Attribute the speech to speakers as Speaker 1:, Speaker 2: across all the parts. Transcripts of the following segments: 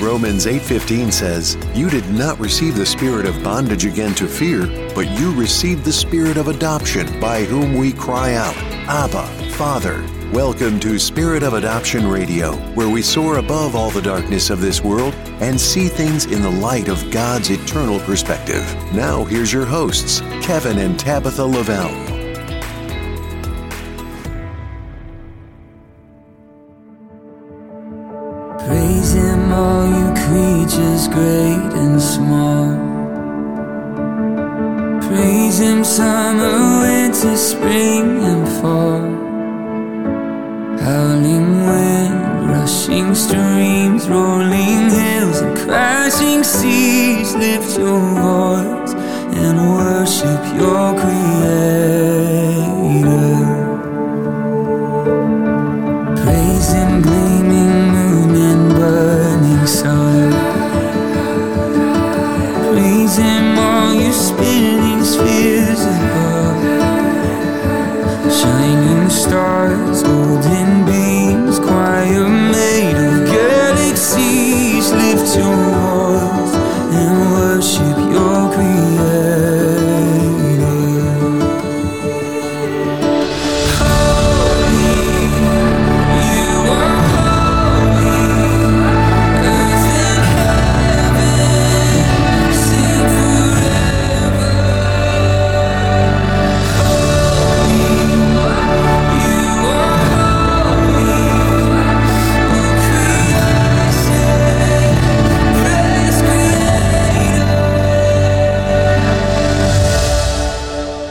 Speaker 1: Romans 8:15 says, "You did not receive the spirit of bondage again to fear, but you received the spirit of adoption, by whom we cry out, Abba, Father." Welcome to Spirit of Adoption Radio, where we soar above all the darkness of this world and see things in the light of God's eternal perspective. Now, here's your hosts, Kevin and Tabitha Lavelle.
Speaker 2: Praise him, all you creatures, great and small. Praise him, summer, winter, spring, and fall. Howling wind, rushing streams, rolling hills, and crashing seas. Lift your voice and worship your creator. Praising gleaming moon and burning sun. Praise him, all you spinning spheres above. Shining stars, golden beams, choir made of galaxies. Lift your voice and worship your creator.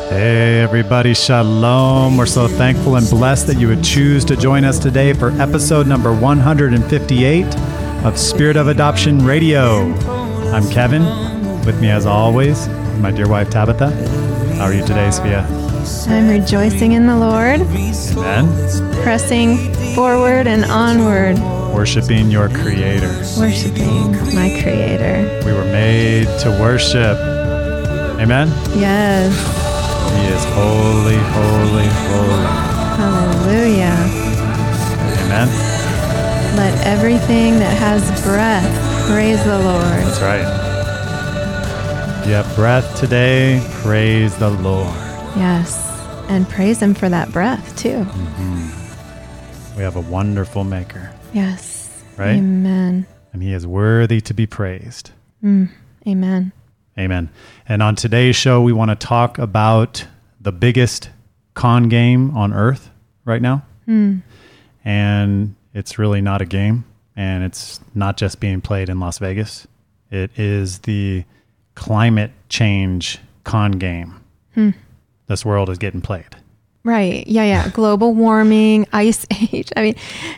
Speaker 3: Hey, everybody, shalom. We're so thankful and blessed that you would choose to join us today for episode number 158 of Spirit of Adoption Radio. I'm Kevin. With me, as always, my dear wife, Tabitha. How are you today, Sophia?
Speaker 4: I'm rejoicing in the Lord,
Speaker 3: Amen.
Speaker 4: pressing forward and onward,
Speaker 3: Worshiping your Creator.
Speaker 4: worshiping my Creator.
Speaker 3: We were made to worship. Amen.
Speaker 4: Yes,
Speaker 3: He is holy, holy, holy.
Speaker 4: hallelujah.
Speaker 3: Amen.
Speaker 4: Let everything that has breath praise the Lord.
Speaker 3: That's right. Yeah, breath today. Praise the Lord.
Speaker 4: Yes, and praise Him for that breath too.
Speaker 3: We have a wonderful maker,
Speaker 4: Yes.
Speaker 3: Right?
Speaker 4: Amen.
Speaker 3: and he is worthy to be praised.
Speaker 4: Amen.
Speaker 3: Amen. And on today's show, we want to talk about the biggest con game on earth right now. And it's really not a game, and it's not just being played in Las Vegas. It is the climate change con game. This world is getting played.
Speaker 4: Right. Yeah, yeah. Global warming, ice age. I mean,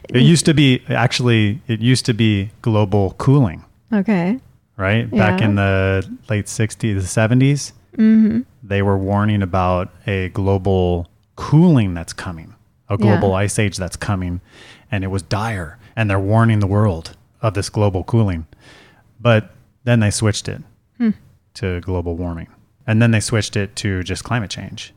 Speaker 3: It used to be, actually, it used to be global cooling.
Speaker 4: okay.
Speaker 3: right? Back
Speaker 4: Yeah. Mm-hmm.
Speaker 3: in the late 60s, the 70s, they were warning about a global cooling that's coming, a global
Speaker 4: Yeah.
Speaker 3: ice age that's coming, and it was dire. And they're warning the world of this global cooling. But then they switched it
Speaker 4: Hmm.
Speaker 3: to global warming. And then they switched it to just climate change.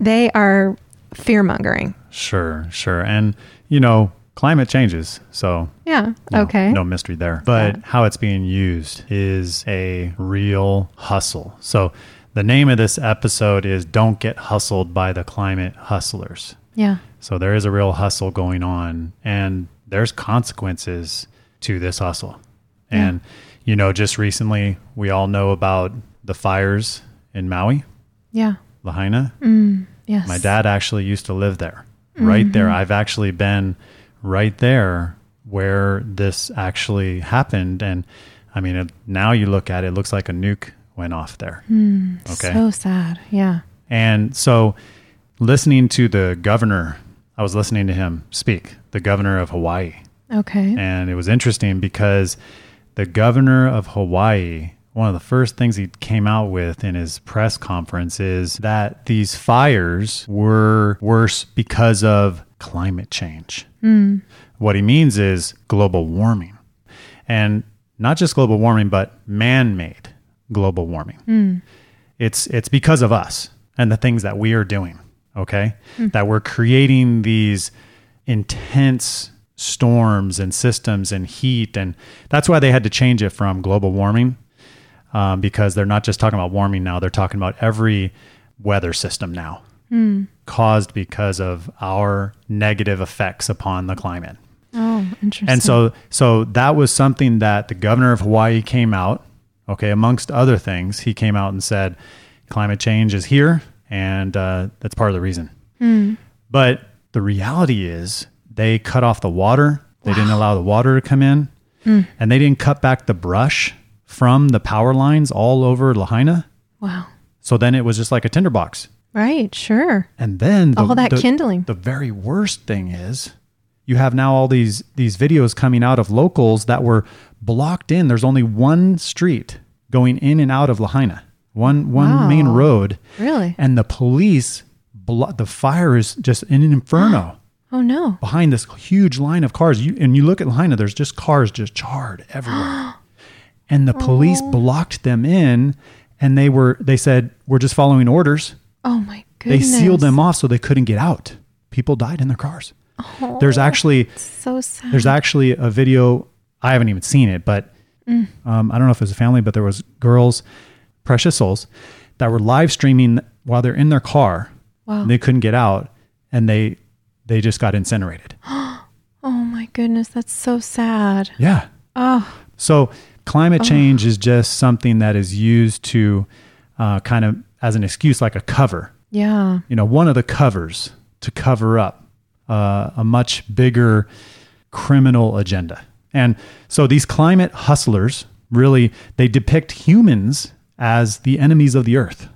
Speaker 4: They are fear mongering.
Speaker 3: Sure, sure. And, you know, climate changes. So
Speaker 4: Yeah.
Speaker 3: no-
Speaker 4: okay.
Speaker 3: No mystery there. But how it's being used is a real hustle. So the name of this episode is Don't Get Hustled by the Climate Hustlers.
Speaker 4: Yeah.
Speaker 3: So there is a real hustle going on and there's consequences to this hustle. And, you know, just recently we all know about the fires in Maui,
Speaker 4: Yeah.
Speaker 3: Lahaina.
Speaker 4: Yes. Mm-hmm.
Speaker 3: My dad actually used to live there, right there. I've actually been right there where this actually happened. And I mean, it, now you look at it, it looks like a nuke went off there. okay.
Speaker 4: Hmm. So sad. Yeah.
Speaker 3: and so listening to the governor, I was listening to him speak, the governor of Hawaii.
Speaker 4: Okay.
Speaker 3: And it was interesting because the governor of Hawaii, one of the first things he came out with in his press conference is that these fires were worse because of climate change. What he means is global warming. And not just global warming, but man made global warming. It's, it's because of us and the things that we are doing, okay? That we're creating these intense storms and systems and heat. And that's why they had to change it from global warming um, because they're not just talking about warming now, they're talking about every weather system now caused because of our negative effects upon the climate.
Speaker 4: Oh, interesting.
Speaker 3: And so so that was something that the governor of Hawaii came out, okay, amongst other things, he came out and said climate change is here and uh, that's part of the reason. But the reality is they cut off the water. They didn't allow the water to come in. And they didn't cut back the brush from the power lines all over Lahaina.
Speaker 4: wow.
Speaker 3: So then it was just like a tinderbox.
Speaker 4: Right, sure.
Speaker 3: And then the,
Speaker 4: All that
Speaker 3: the-
Speaker 4: kindling.
Speaker 3: The very worst thing is, you have now all these these videos coming out of locals that were blocked in. There's only one street going in and out of Lahaina, one one main
Speaker 4: Wow.
Speaker 3: road,
Speaker 4: Really?
Speaker 3: and the police. Blo- the fire is just in an inferno
Speaker 4: Oh no.
Speaker 3: behind this huge line of cars. You and you look at Lahaina. There's just cars just charred everywhere, and the police
Speaker 4: Oh.
Speaker 3: blocked them in, and they were they said we're just following orders.
Speaker 4: Oh my
Speaker 3: They
Speaker 4: goodness.
Speaker 3: sealed them off so they couldn't get out. People died in their cars. There's actually
Speaker 4: So Oh, sad.
Speaker 3: there's actually a video. I haven't even seen it, but
Speaker 4: Mm.
Speaker 3: um, I don't know if it was a family, but there was girls, precious souls, that were live streaming while they're in their car.
Speaker 4: Wow.
Speaker 3: And they couldn't get out, and they they just got incinerated.
Speaker 4: oh my goodness, that's so sad.
Speaker 3: Yeah.
Speaker 4: Oh,
Speaker 3: So climate change is just something that is used to uh, kind of as an excuse, like a cover.
Speaker 4: yeah.
Speaker 3: you know, one of the covers to cover up uh, a much bigger criminal agenda. And so these climate hustlers really they depict humans as the enemies of the earth.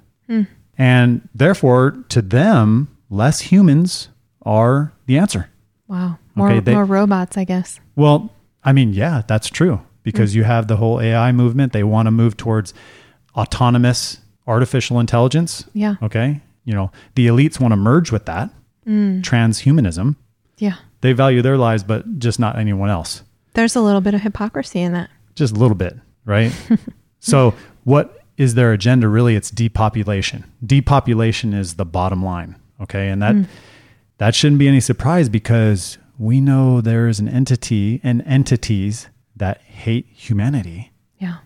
Speaker 3: And therefore to them less humans are the answer.
Speaker 4: Wow. More
Speaker 3: Okay, they-
Speaker 4: more robots, I guess.
Speaker 3: Well, I mean, yeah, that's true because you have the whole AI movement. They want to move towards autonomous artificial intelligence.
Speaker 4: Yeah.
Speaker 3: Okay. You know, the elites want to merge with that transhumanism.
Speaker 4: Yeah.
Speaker 3: They value their lives, but just not anyone else.
Speaker 4: There's a little bit of hypocrisy in that.
Speaker 3: Just a little bit, right? so, what is their agenda really? It's depopulation. Depopulation is the bottom line. Okay. And that, that shouldn't be any surprise because we know there is an entity and entities that hate humanity.
Speaker 4: Yeah.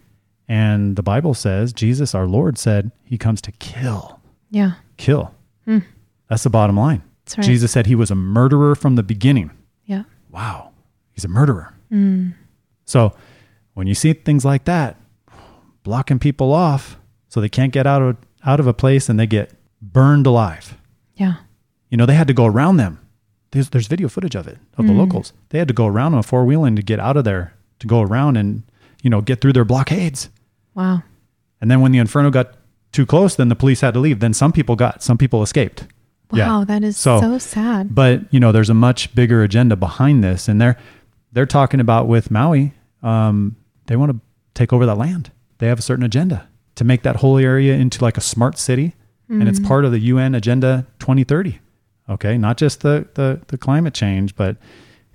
Speaker 3: And the Bible says, Jesus, our Lord, said he comes to kill,
Speaker 4: Yeah.
Speaker 3: kill. That's the bottom line.
Speaker 4: Hmm. That's right.
Speaker 3: Jesus said he was a murderer from the beginning.
Speaker 4: Yeah.
Speaker 3: Wow, he's a murderer.
Speaker 4: Hmm.
Speaker 3: So when you see things like that, blocking people off so they can't get out of out of a place and they get burned alive.
Speaker 4: Yeah.
Speaker 3: You know, they had to go around them. There's, there's video footage of it of the
Speaker 4: Hmm.
Speaker 3: locals. They had to go around on a four wheeling to get out of there to go around and you know get through their blockades.
Speaker 4: Wow.
Speaker 3: And then when the inferno got too close, then the police had to leave. Then some people got, some people escaped.
Speaker 4: Wow, that is so, sad.
Speaker 3: But you know, there's a much bigger agenda behind this, and they're they're talking about with Maui. Um, they want to take over that land. They have a certain agenda to make that whole area into like a smart city, and it's part of the UN Agenda 2030. Okay, not just the the, the climate change, but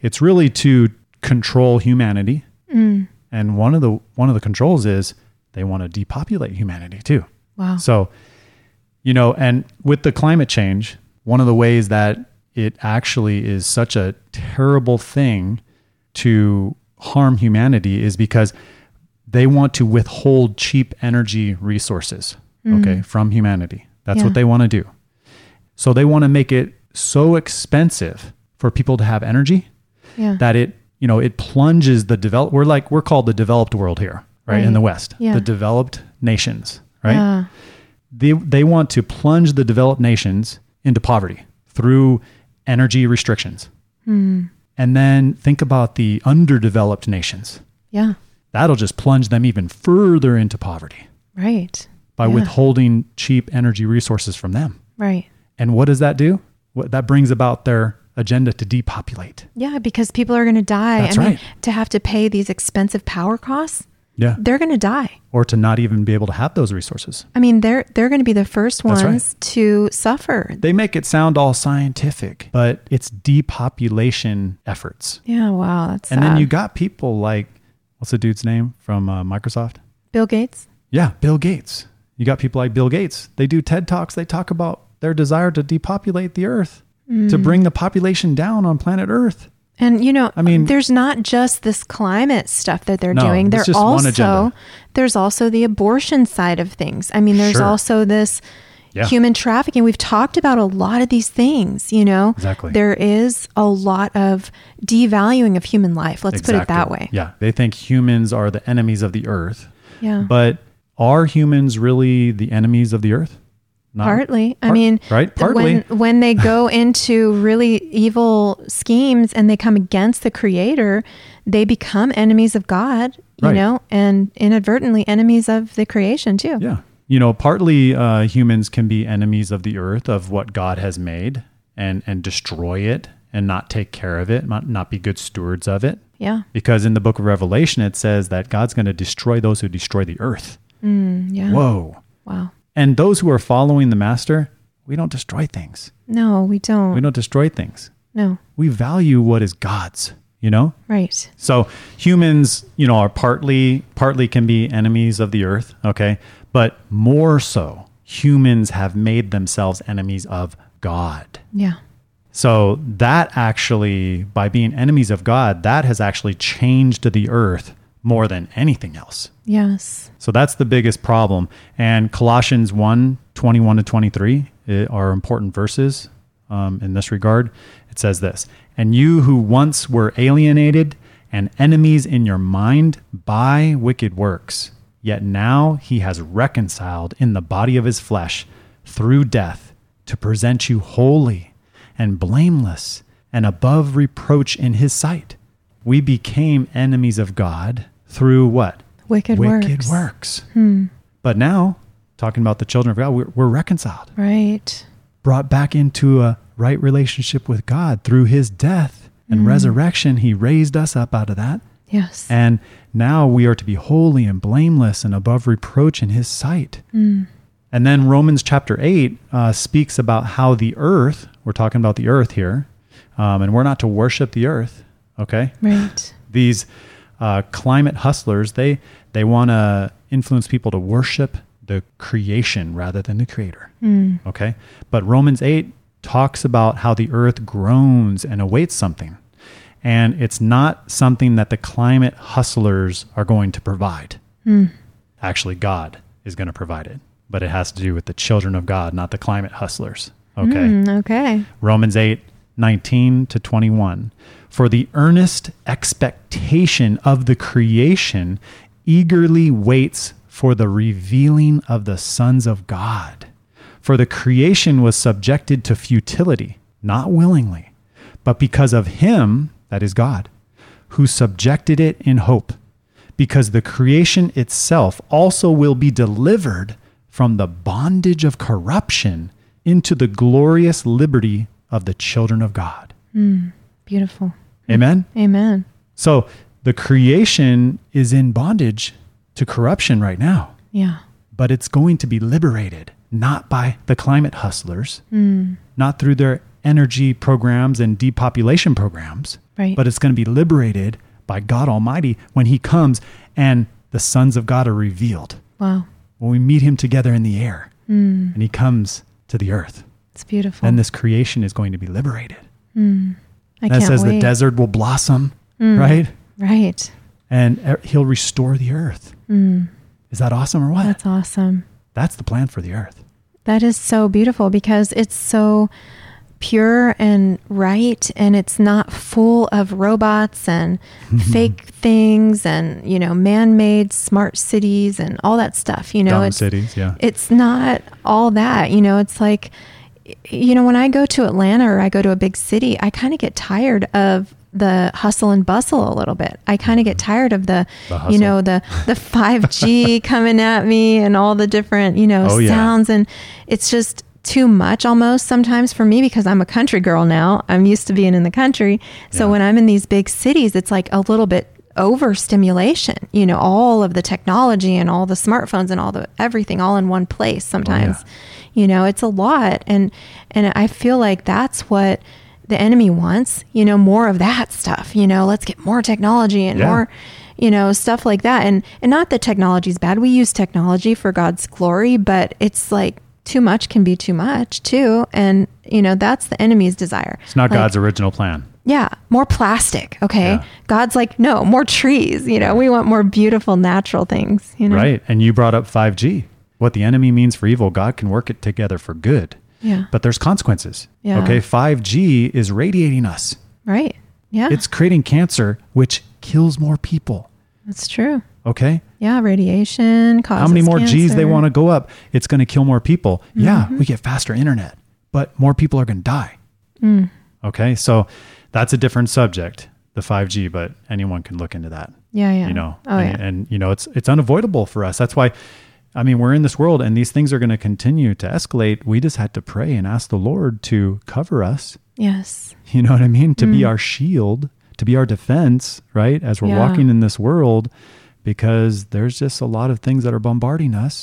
Speaker 3: it's really to control humanity. And one of the one of the controls is they want to depopulate humanity too.
Speaker 4: Wow.
Speaker 3: So, you know, and with the climate change, one of the ways that it actually is such a terrible thing to harm humanity is because they want to withhold cheap energy resources, okay, from humanity. That's
Speaker 4: Mm-hmm. Yeah.
Speaker 3: what they want to do. So they want to make it so expensive for people to have energy
Speaker 4: yeah.
Speaker 3: that it you know it plunges the develop we're like we're called the developed world here right, in
Speaker 4: Right.
Speaker 3: the west
Speaker 4: Yeah.
Speaker 3: the developed nations right
Speaker 4: Yeah.
Speaker 3: they they want to plunge the developed nations into poverty through energy restrictions
Speaker 4: Hmm.
Speaker 3: and then think about the underdeveloped nations
Speaker 4: yeah.
Speaker 3: that'll just plunge them even further into poverty
Speaker 4: Right.
Speaker 3: by
Speaker 4: Yeah.
Speaker 3: withholding cheap energy resources from them
Speaker 4: Right.
Speaker 3: and what does that do what that brings about their agenda to depopulate
Speaker 4: Yeah, because people are going to die.
Speaker 3: That's
Speaker 4: I mean,
Speaker 3: right.
Speaker 4: to have to pay these expensive power costs,
Speaker 3: yeah
Speaker 4: they're going to die.
Speaker 3: or to not even be able to have those resources
Speaker 4: I mean, they're they're going to be the first
Speaker 3: That's
Speaker 4: ones
Speaker 3: right.
Speaker 4: to suffer.
Speaker 3: They make it sound all scientific, but it's depopulation efforts.
Speaker 4: Yeah, wow, that's
Speaker 3: And then
Speaker 4: sad.
Speaker 3: you got people like, what's the dude's name from uh, Microsoft?
Speaker 4: Bill Gates.
Speaker 3: Yeah, Bill Gates. You got people like Bill Gates. They do TED Talks. They talk
Speaker 4: Mm.
Speaker 3: about their desire to depopulate the earth, to bring the population down on planet Earth.
Speaker 4: And you know,
Speaker 3: I mean-
Speaker 4: there's not just this climate stuff that they're
Speaker 3: No,
Speaker 4: doing.
Speaker 3: it's
Speaker 4: They're
Speaker 3: just one
Speaker 4: also
Speaker 3: agenda.
Speaker 4: there's also the abortion side of things. I mean, there's
Speaker 3: Sure.
Speaker 4: also this
Speaker 3: Yeah.
Speaker 4: human trafficking. We've talked about a lot of these things. You know,
Speaker 3: Exactly.
Speaker 4: There is a lot of devaluing of human life. Let's put it
Speaker 3: Exactly.
Speaker 4: that way.
Speaker 3: Yeah. They think humans are the enemies of the earth.
Speaker 4: Yeah.
Speaker 3: But are humans really the enemies of the earth? Not
Speaker 4: Partly. I
Speaker 3: Part-
Speaker 4: mean,
Speaker 3: right?
Speaker 4: th-
Speaker 3: Partly.
Speaker 4: When, when they go into really evil schemes and they come against the creator, they become enemies of God, you
Speaker 3: Right.
Speaker 4: know, and inadvertently enemies of the creation too.
Speaker 3: Yeah. You know, partly uh, humans can be enemies of the earth, of what God has made, and and destroy it, and not take care of it, not, not be good stewards of it.
Speaker 4: Yeah.
Speaker 3: Because in the book of Revelation, it says that God's going to destroy those who destroy the earth.
Speaker 4: yeah.
Speaker 3: Whoa.
Speaker 4: Wow.
Speaker 3: And those who are following the master, we don't destroy things.
Speaker 4: No, we don't.
Speaker 3: We don't destroy things.
Speaker 4: No.
Speaker 3: We value what is God's, you know?
Speaker 4: Right.
Speaker 3: So humans, you know, are partly partly can be enemies of the earth, okay? But more so, humans have made themselves enemies of God.
Speaker 4: Yeah.
Speaker 3: So that actually by being enemies of God, that has actually changed the earth more than anything else.
Speaker 4: Yes.
Speaker 3: So that's the biggest problem. And Colossians 1 21 to 23 eh, are important verses um, in this regard. It says this And you who once were alienated and enemies in your mind by wicked works, yet now he has reconciled in the body of his flesh through death to present you holy and blameless and above reproach in his sight. We became enemies of God through what?
Speaker 4: Wicked,
Speaker 3: wicked
Speaker 4: works.
Speaker 3: works. But now, talking about the children of God, we're, we're reconciled,
Speaker 4: Right.
Speaker 3: brought back into a right relationship with God through his death and resurrection. He raised us up out of that.
Speaker 4: Yes.
Speaker 3: And now we are to be holy and blameless and above reproach in his sight. And then Romans chapter 8 uh, speaks about how the earth, we're talking about the earth here, um, and we're not to worship the earth, okay?
Speaker 4: right.
Speaker 3: these uh, climate hustlers they they want to influence people to worship the creation rather than the creator okay but romans 8 talks about how the earth groans and awaits something and it's not something that the climate hustlers are going to provide actually god is going to provide it but it has to do with the children of god not the climate hustlers okay
Speaker 4: Mm, okay.
Speaker 3: Romans 8, 19 to 21. For the earnest expectation of the creation eagerly waits for the revealing of the sons of God. For the creation was subjected to futility, not willingly, but because of him, that is God, who subjected it in hope, because the creation itself also will be delivered from the bondage of corruption into the glorious liberty of the children of God.
Speaker 4: Beautiful.
Speaker 3: Amen?
Speaker 4: Amen.
Speaker 3: So the creation is in bondage to corruption right now,
Speaker 4: Yeah.
Speaker 3: but it's going to be liberated not by the climate hustlers, not through their energy programs and depopulation programs,
Speaker 4: Right.
Speaker 3: but it's going to be liberated by God Almighty when He comes and the sons of God are revealed.
Speaker 4: Wow.
Speaker 3: When we meet Him together in the air
Speaker 4: Mm.
Speaker 3: and He comes to the earth,
Speaker 4: It's beautiful.
Speaker 3: then this creation is going to be liberated.
Speaker 4: I
Speaker 3: That
Speaker 4: can't
Speaker 3: says
Speaker 4: wait. Mm.
Speaker 3: the desert will blossom, right?
Speaker 4: Right.
Speaker 3: And er- He'll restore the earth. Is that awesome or what?
Speaker 4: Mm. That's awesome.
Speaker 3: That's the plan for the earth.
Speaker 4: That is so beautiful because it's so pure and right and it's not full of robots and
Speaker 3: Mm-hmm.
Speaker 4: fake things and you know man-made smart cities and all that stuff you know
Speaker 3: Dumb
Speaker 4: it's
Speaker 3: cities, yeah.
Speaker 4: it's not all that you know it's like y- you know when i go to atlanta or i go to a big city i kind of get tired of the hustle and bustle a little bit i kind of get tired of the,
Speaker 3: Mm-hmm. The
Speaker 4: you know the the 5g coming at me and all the different you know
Speaker 3: Oh, yeah.
Speaker 4: sounds and it's just too much almost sometimes for me because i'm a country girl now i'm used to being in the country so
Speaker 3: Yeah.
Speaker 4: when i'm in these big cities it's like a little bit overstimulation you know all of the technology and all the smartphones and all the everything all in one place sometimes you know it's a lot and and i feel like that's what the enemy wants you know more of that stuff you know let's get more technology and
Speaker 3: Yeah.
Speaker 4: more you know stuff like that and and not that technology's bad we use technology for god's glory but it's like too much can be too much too and you know that's the enemy's desire
Speaker 3: It's not God's original plan.
Speaker 4: Yeah, more plastic. Okay.
Speaker 3: Yeah.
Speaker 4: God's like, no, more trees. You know, we want more beautiful natural things. You know,
Speaker 3: Right. And you brought up 5G. What the enemy means for evil, God can work it together for good.
Speaker 4: Yeah.
Speaker 3: But there's consequences.
Speaker 4: Yeah.
Speaker 3: Okay. 5G is radiating us,
Speaker 4: Right. Yeah.
Speaker 3: it's creating cancer, which kills more people.
Speaker 4: that's true.
Speaker 3: Okay.
Speaker 4: Yeah. Radiation causes
Speaker 3: How many more G's they
Speaker 4: cancer. Mm-hmm.
Speaker 3: want to go up? It's going to kill more people. Yeah. We get faster internet, but more people are going to die.
Speaker 4: Mm.
Speaker 3: Okay. So that's a different subject, the 5G, but anyone can look into that.
Speaker 4: Yeah. Yeah.
Speaker 3: you know
Speaker 4: Oh yeah.
Speaker 3: and, and you know it's it's unavoidable for us that's why i mean we're in this world and these things are going to continue to escalate we just had to pray and ask the lord to cover us
Speaker 4: yes.
Speaker 3: you know what i mean to be our shield to be our defense right as we're
Speaker 4: Mm. Yeah.
Speaker 3: walking in this world because there's just a lot of things that are bombarding us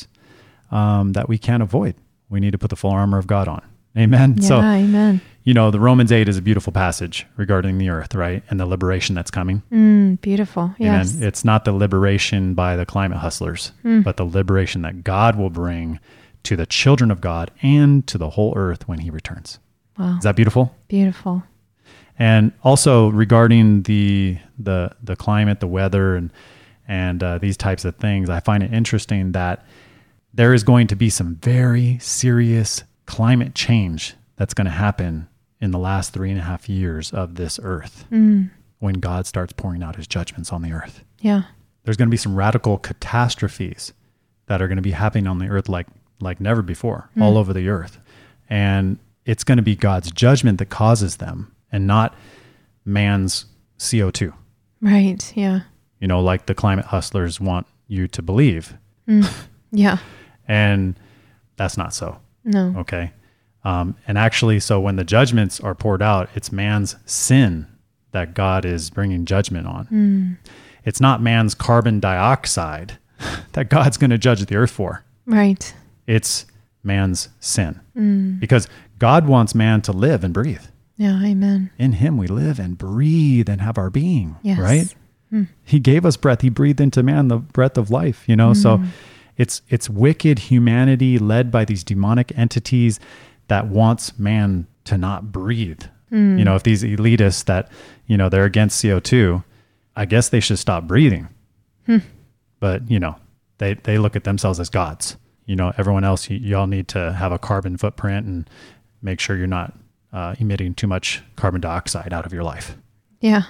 Speaker 3: um, that we can't avoid we need to put the full armor of god on amen
Speaker 4: Yeah.
Speaker 3: so
Speaker 4: amen.
Speaker 3: you know the romans 8 is a beautiful passage regarding the earth right and the liberation that's coming
Speaker 4: Mm, beautiful.
Speaker 3: Amen.
Speaker 4: Yes. Mm.
Speaker 3: It's not the liberation by the climate hustlers, but the liberation that God will bring to the children of God and to the whole earth when he returns.
Speaker 4: Wow.
Speaker 3: Is that beautiful?
Speaker 4: Beautiful.
Speaker 3: And also regarding the the the climate, the weather and and uh, these types of things, I find it interesting that there is going to be some very serious climate change that's going to happen in the last three and a half years of this earth when God starts pouring out his judgments on the earth
Speaker 4: Yeah.
Speaker 3: there's going to be some radical catastrophes that are going to be happening on the earth like like never before all over the earth and it's going to be god's judgment that causes them and not man's co2
Speaker 4: Right. Yeah.
Speaker 3: you know like the climate hustlers want you to believe
Speaker 4: Yeah.
Speaker 3: and that's not so
Speaker 4: No.
Speaker 3: okay um, and actually so when the judgments are poured out it's man's sin that god is bringing judgment on it's not man's carbon dioxide that god's going to judge the earth for
Speaker 4: Right.
Speaker 3: it's man's sin because god wants man to live and breathe
Speaker 4: Yeah. Amen.
Speaker 3: in him we live and breathe and have our being
Speaker 4: Yes.
Speaker 3: right he gave us breath he breathed into man the breath of life you know so it's it's wicked humanity led by these demonic entities that wants man to not breathe you know if these elitists that you know they're against co2 i guess they should stop breathing but you know they they look at themselves as gods you know everyone else y- y'all need to have a carbon footprint and make sure you're not uh, emitting too much carbon dioxide out of your life
Speaker 4: Yeah.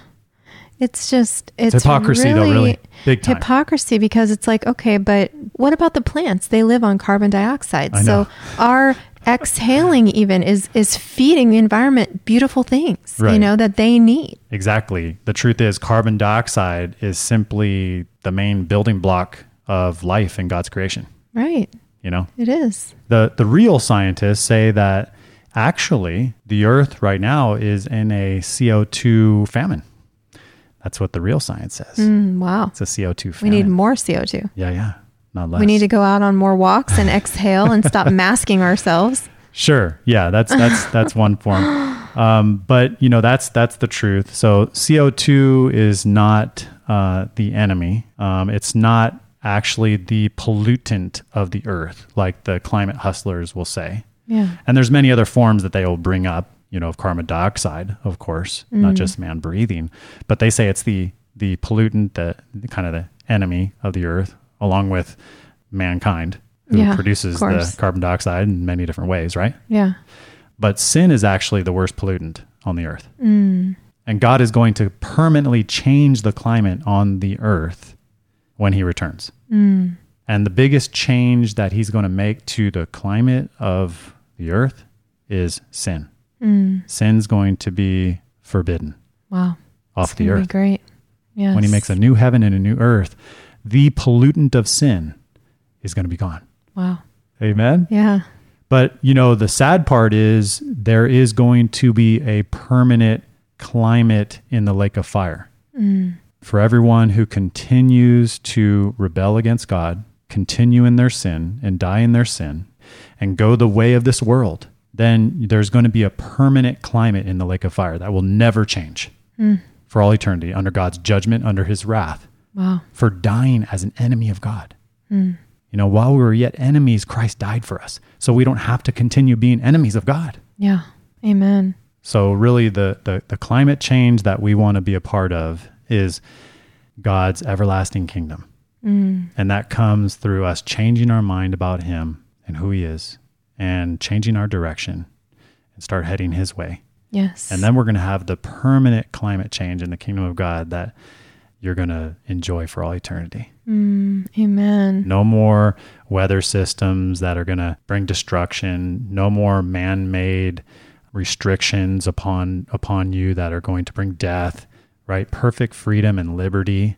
Speaker 4: It's just it's,
Speaker 3: hypocrisy, though, really. Big time.
Speaker 4: Hypocrisy because it's like, okay, but what about the plants? They live on carbon dioxide.
Speaker 3: I
Speaker 4: so
Speaker 3: know.
Speaker 4: our exhaling even is is feeding the environment beautiful things,
Speaker 3: Right.
Speaker 4: you know, that they need.
Speaker 3: Exactly. The truth is, carbon dioxide is simply the main building block of life in God's creation.
Speaker 4: Right.
Speaker 3: You know,
Speaker 4: It is.
Speaker 3: the the real scientists say that actually the Earth right now is in a CO two famine. That's what the real science says.
Speaker 4: Mm, wow.
Speaker 3: It's a CO two
Speaker 4: We
Speaker 3: famine.
Speaker 4: need more CO2.
Speaker 3: yeah, yeah, not less.
Speaker 4: We need to go out on more walks and exhale and stop masking ourselves.
Speaker 3: Sure. Yeah, that's that's that's one form. Um, but you know that's that's the truth. So CO two is not uh, the enemy. Um, it's not actually the pollutant of the earth, like the climate hustlers will say.
Speaker 4: Yeah.
Speaker 3: And there's many other forms that they will bring up. You know, of carbon dioxide, of course, not
Speaker 4: Mm.
Speaker 3: just man breathing, but they say it's the the pollutant, the kind of the enemy of the earth, along with mankind, who
Speaker 4: Yeah, of
Speaker 3: produces the
Speaker 4: course.
Speaker 3: carbon dioxide in many different ways, right?
Speaker 4: Yeah.
Speaker 3: But sin is actually the worst pollutant on the earth. And God is going to permanently change the climate on the earth when he returns. And the biggest change that he's going to make to the climate of the earth is sin. Sin's going to be forbidden
Speaker 4: Wow.
Speaker 3: off the
Speaker 4: That'd
Speaker 3: earth
Speaker 4: be great. Yes.
Speaker 3: when he makes a new heaven and a new earth. The pollutant of sin is going to be gone.
Speaker 4: Wow.
Speaker 3: Amen.
Speaker 4: Yeah.
Speaker 3: But you know, the sad part is there is going to be a permanent climate in the lake of fire for everyone who continues to rebel against God, continue in their sin and die in their sin, and go the way of this world. Then there's going to be a permanent climate in the lake of fire that will never change for all eternity under God's judgment, under his wrath
Speaker 4: Wow.
Speaker 3: for dying as an enemy of God. You know, while we were yet enemies, Christ died for us. So we don't have to continue being enemies of God.
Speaker 4: Yeah. Amen.
Speaker 3: So really the the, the climate change that we want to be a part of is God's everlasting kingdom. Mm. And that comes through us changing our mind about him and who he is and changing our direction and start heading his way.
Speaker 4: Yes.
Speaker 3: And then we're going to have the permanent climate change in the kingdom of God that you're going to enjoy for all eternity.
Speaker 4: Mm, amen.
Speaker 3: No more weather systems that are going to bring destruction, no more man-made restrictions upon upon you that are going to bring death, right? Perfect freedom and liberty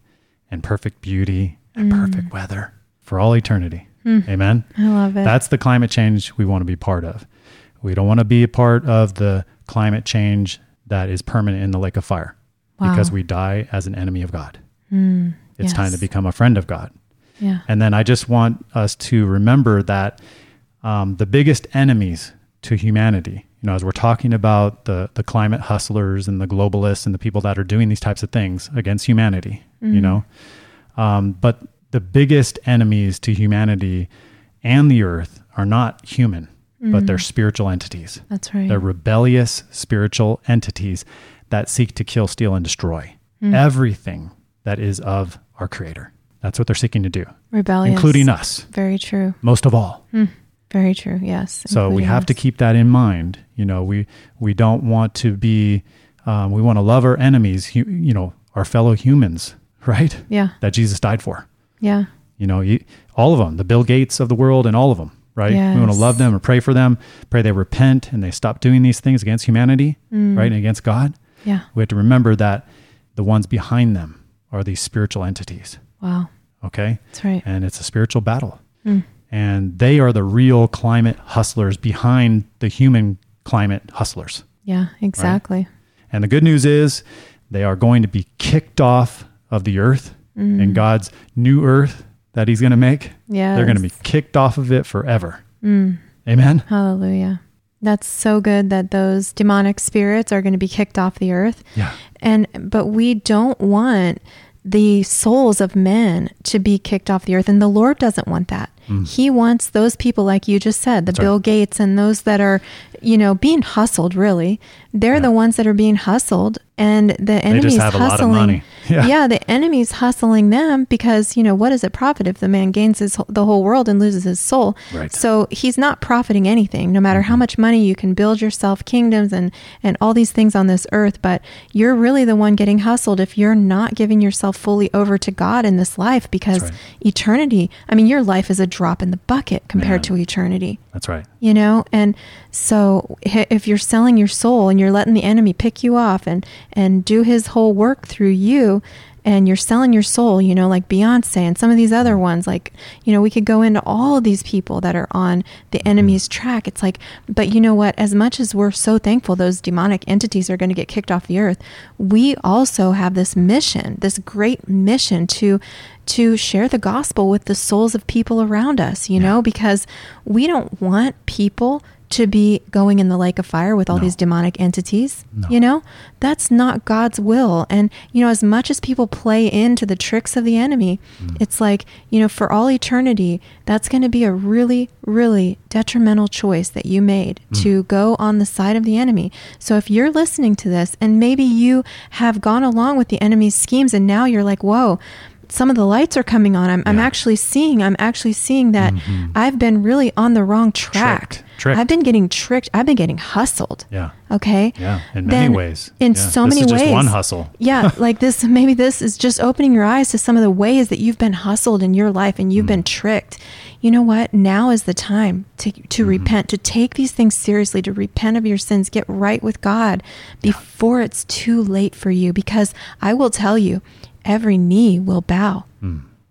Speaker 3: and perfect beauty and
Speaker 4: Mm.
Speaker 3: perfect weather for all eternity.
Speaker 4: Mm.
Speaker 3: Amen.
Speaker 4: I love it.
Speaker 3: That's the climate change we want to be part of. We don't want to be a part of the climate change that is permanent in the lake of fire
Speaker 4: Wow.
Speaker 3: because we die as an enemy of God.
Speaker 4: Mm,
Speaker 3: It's
Speaker 4: yes.
Speaker 3: time to become a friend of God.
Speaker 4: Yeah.
Speaker 3: And then I just want us to remember that um, the biggest enemies to humanity, you know, as we're talking about the the climate hustlers and the globalists and the people that are doing these types of things against humanity, you know, um, but the biggest enemies to humanity and the earth are not human, but they're spiritual entities.
Speaker 4: That's right.
Speaker 3: They're rebellious spiritual entities that seek to kill, steal, and destroy everything that is of our Creator. That's what they're seeking to do,
Speaker 4: Rebellious.
Speaker 3: including us,
Speaker 4: Very true.
Speaker 3: most of all.
Speaker 4: Very true. Mm-hmm. Yes.
Speaker 3: So we
Speaker 4: including
Speaker 3: have to
Speaker 4: us.
Speaker 3: keep that in mind. You know, we we don't want to be, um, we want to love our enemies. hu- You know, our fellow humans, right?
Speaker 4: Yeah.
Speaker 3: That Jesus died for.
Speaker 4: Yeah.
Speaker 3: You know, you, all of them, the Bill Gates of the world and all of them, right? We want to
Speaker 4: Yes.
Speaker 3: love them and pray for them, pray they repent and they stop doing these things against humanity,
Speaker 4: Mm.
Speaker 3: right? And against God.
Speaker 4: Yeah.
Speaker 3: We have to remember that the ones behind them are these spiritual entities,
Speaker 4: Wow.
Speaker 3: okay?
Speaker 4: That's right.
Speaker 3: And it's a spiritual battle.
Speaker 4: Hmm.
Speaker 3: And they are the real climate hustlers behind the human climate hustlers.
Speaker 4: Yeah. Exactly.
Speaker 3: And the good news is they are going to be kicked off of the earth
Speaker 4: Hmm.
Speaker 3: and God's new earth that he's going to make.
Speaker 4: Yeah.
Speaker 3: They're going to be kicked off of it forever.
Speaker 4: Hmm.
Speaker 3: Amen.
Speaker 4: Hallelujah. That's so good that those demonic spirits are going to be kicked off the earth.
Speaker 3: Yeah.
Speaker 4: And but we don't want the souls of men to be kicked off the earth and the Lord doesn't want that. He wants those people like you just said, the
Speaker 3: Mm. right.
Speaker 4: Bill Gates and those that are, you know, being hustled really. They're the ones that are being hustled and the enemy's
Speaker 3: have a lot of
Speaker 4: hustling.
Speaker 3: money. Yeah.
Speaker 4: Yeah. the enemy's hustling them because, you know, what does it profit if the man gains his the whole world and loses his soul?
Speaker 3: Right. Mm-hmm.
Speaker 4: So he's not profiting anything, no matter how much money you can build yourself kingdoms and, and all these things on this earth. But you're really the one getting hustled if you're not giving yourself fully over to God in this life because
Speaker 3: right.
Speaker 4: eternity, I mean, your life is a drop in the bucket compared
Speaker 3: Man.
Speaker 4: to eternity
Speaker 3: That's right.
Speaker 4: you know and so h- if you're selling your soul and you're letting the enemy pick you off and and do his whole work through you and you're selling your soul you know like beyonce and some of these other ones like you know we could go into all of these people that are on the enemy's track it's like but you know what as much as we're so thankful those demonic entities are going to get kicked off the earth we also have this mission this great mission to to share the gospel with the souls of people around us, you know, because we don't want people to be going in the lake of fire with all these demonic entities. You know, that's not God's will. And, you know, as much as people play into the tricks of the enemy, it's like, you know, for all eternity, that's going to be a really, really detrimental choice that you made to go on the side of the enemy. So if you're listening to this and maybe you have gone along with the enemy's schemes and now you're like, whoa, some of the lights are coming on. I'm, I'm
Speaker 3: Yeah. Mm-hmm.
Speaker 4: actually seeing, I'm actually seeing that I've been really on the wrong track.
Speaker 3: Tricked. Tricked.
Speaker 4: I've been getting tricked. I've been getting hustled.
Speaker 3: Yeah.
Speaker 4: Okay.
Speaker 3: Yeah. In many
Speaker 4: Then
Speaker 3: ways.
Speaker 4: In
Speaker 3: Yeah.
Speaker 4: so
Speaker 3: This
Speaker 4: many
Speaker 3: is
Speaker 4: ways.
Speaker 3: just one hustle.
Speaker 4: yeah. Like this, maybe this is just opening your eyes to some of the ways that you've been hustled in your life and you've
Speaker 3: Mm-hmm.
Speaker 4: been tricked. You know what? Now is the time to, to
Speaker 3: Mm-hmm.
Speaker 4: repent, to take these things seriously, to repent of your sins, get right with God before it's too late for you. Because I will tell you, every knee will bow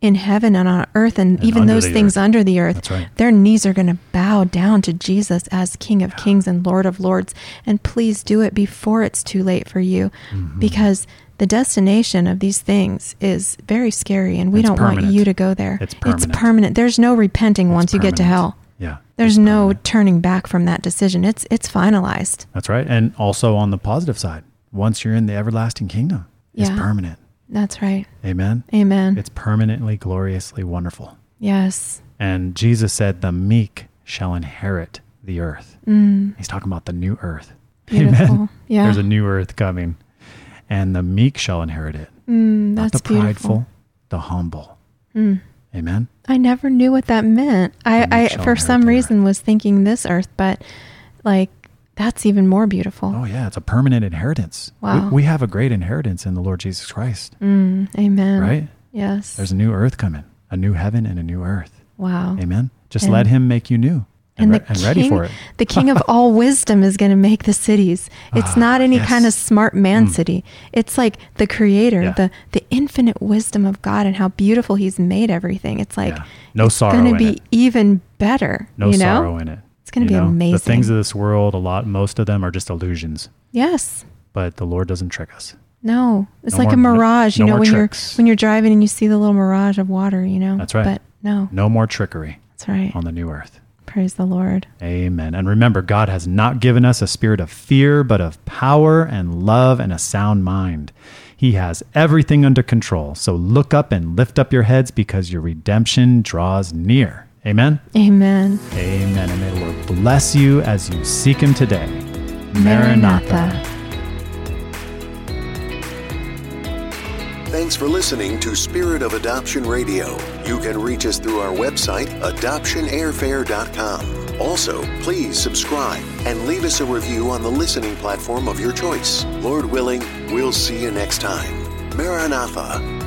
Speaker 4: in heaven and on earth and, even
Speaker 3: Hmm. under
Speaker 4: those
Speaker 3: the
Speaker 4: things
Speaker 3: earth.
Speaker 4: under the earth
Speaker 3: That's right.
Speaker 4: their knees are going to bow down to jesus as king of kings and lord of lords and please do it before it's too late for you
Speaker 3: Mm-hmm.
Speaker 4: because the destination of these things is very scary and we
Speaker 3: It's
Speaker 4: don't want
Speaker 3: permanent.
Speaker 4: you to go there
Speaker 3: It's permanent.
Speaker 4: there's no repenting once you get to
Speaker 3: permanent.
Speaker 4: hell
Speaker 3: Yeah.
Speaker 4: there's
Speaker 3: It's
Speaker 4: no
Speaker 3: permanent.
Speaker 4: turning back from that decision it's it's finalized
Speaker 3: That's right. And also on the positive side, once you're in the everlasting kingdom, it's
Speaker 4: Yeah.
Speaker 3: permanent.
Speaker 4: that's right
Speaker 3: Amen.
Speaker 4: amen
Speaker 3: It's permanently, gloriously wonderful.
Speaker 4: yes
Speaker 3: And Jesus said, The meek shall inherit the earth. He's talking about the new earth.
Speaker 4: Beautiful.
Speaker 3: Amen.
Speaker 4: Mm. Yeah.
Speaker 3: There's a new earth coming, and the meek shall inherit it.
Speaker 4: Mm,
Speaker 3: Not
Speaker 4: that's
Speaker 3: the prideful,
Speaker 4: beautiful.
Speaker 3: the humble.
Speaker 4: Mm.
Speaker 3: Amen.
Speaker 4: I never knew what that meant.
Speaker 3: And
Speaker 4: I,
Speaker 3: you
Speaker 4: I
Speaker 3: shall
Speaker 4: for
Speaker 3: inherit
Speaker 4: some
Speaker 3: the
Speaker 4: reason was thinking this earth, but like that's even more beautiful.
Speaker 3: Oh yeah, it's a permanent inheritance. We-
Speaker 4: Wow.
Speaker 3: We, have a great inheritance in the Lord Jesus Christ,
Speaker 4: Mm, amen.
Speaker 3: Oh, right?
Speaker 4: Yes.
Speaker 3: There's a new earth coming, a new heaven and a new earth.
Speaker 4: wow.
Speaker 3: Amen. Just
Speaker 4: And-
Speaker 3: let Him make you new and,
Speaker 4: And,
Speaker 3: re-
Speaker 4: the
Speaker 3: and
Speaker 4: king,
Speaker 3: ready for it.
Speaker 4: the king of all wisdom is going to make the cities. It's
Speaker 3: Ah,
Speaker 4: not any
Speaker 3: yes.
Speaker 4: kind of smart man
Speaker 3: Mm.
Speaker 4: city. It's like the creator,
Speaker 3: Yeah.
Speaker 4: the the infinite wisdom of God and how beautiful he's made everything. It's like
Speaker 3: Yeah. No
Speaker 4: it's
Speaker 3: sorrow
Speaker 4: going
Speaker 3: in
Speaker 4: to be
Speaker 3: it.
Speaker 4: even better,
Speaker 3: No
Speaker 4: you know?
Speaker 3: sorrow in it.
Speaker 4: It's gonna
Speaker 3: You
Speaker 4: be
Speaker 3: The things
Speaker 4: amazing.
Speaker 3: of this world, a lot, most of them are just illusions.
Speaker 4: Yes.
Speaker 3: But the Lord doesn't trick us.
Speaker 4: No, it's
Speaker 3: No
Speaker 4: like a
Speaker 3: more- no-
Speaker 4: mirage.
Speaker 3: no
Speaker 4: you know,
Speaker 3: more
Speaker 4: when
Speaker 3: tricks.
Speaker 4: you're when you're driving and you see the little mirage of water. You know,
Speaker 3: That's right. Mm. Um,
Speaker 4: But no,
Speaker 3: No more trickery
Speaker 4: that's right.
Speaker 3: on the new earth.
Speaker 4: Praise the Lord.
Speaker 3: Amen. And remember, God has not given us a spirit of fear, but of power and love and a sound mind. He has everything under control. So look up and lift up your heads because your redemption draws near. Amen.
Speaker 4: Amen.
Speaker 3: Amen. And may the Lord bless you as you seek Him today.
Speaker 4: Maranatha.
Speaker 1: Thanks for listening to Spirit of Adoption Radio. You can reach us through our website, adoptionairfare.com. Also, please subscribe and leave us a review on the listening platform of your choice. Lord willing, we'll see you next time. Maranatha.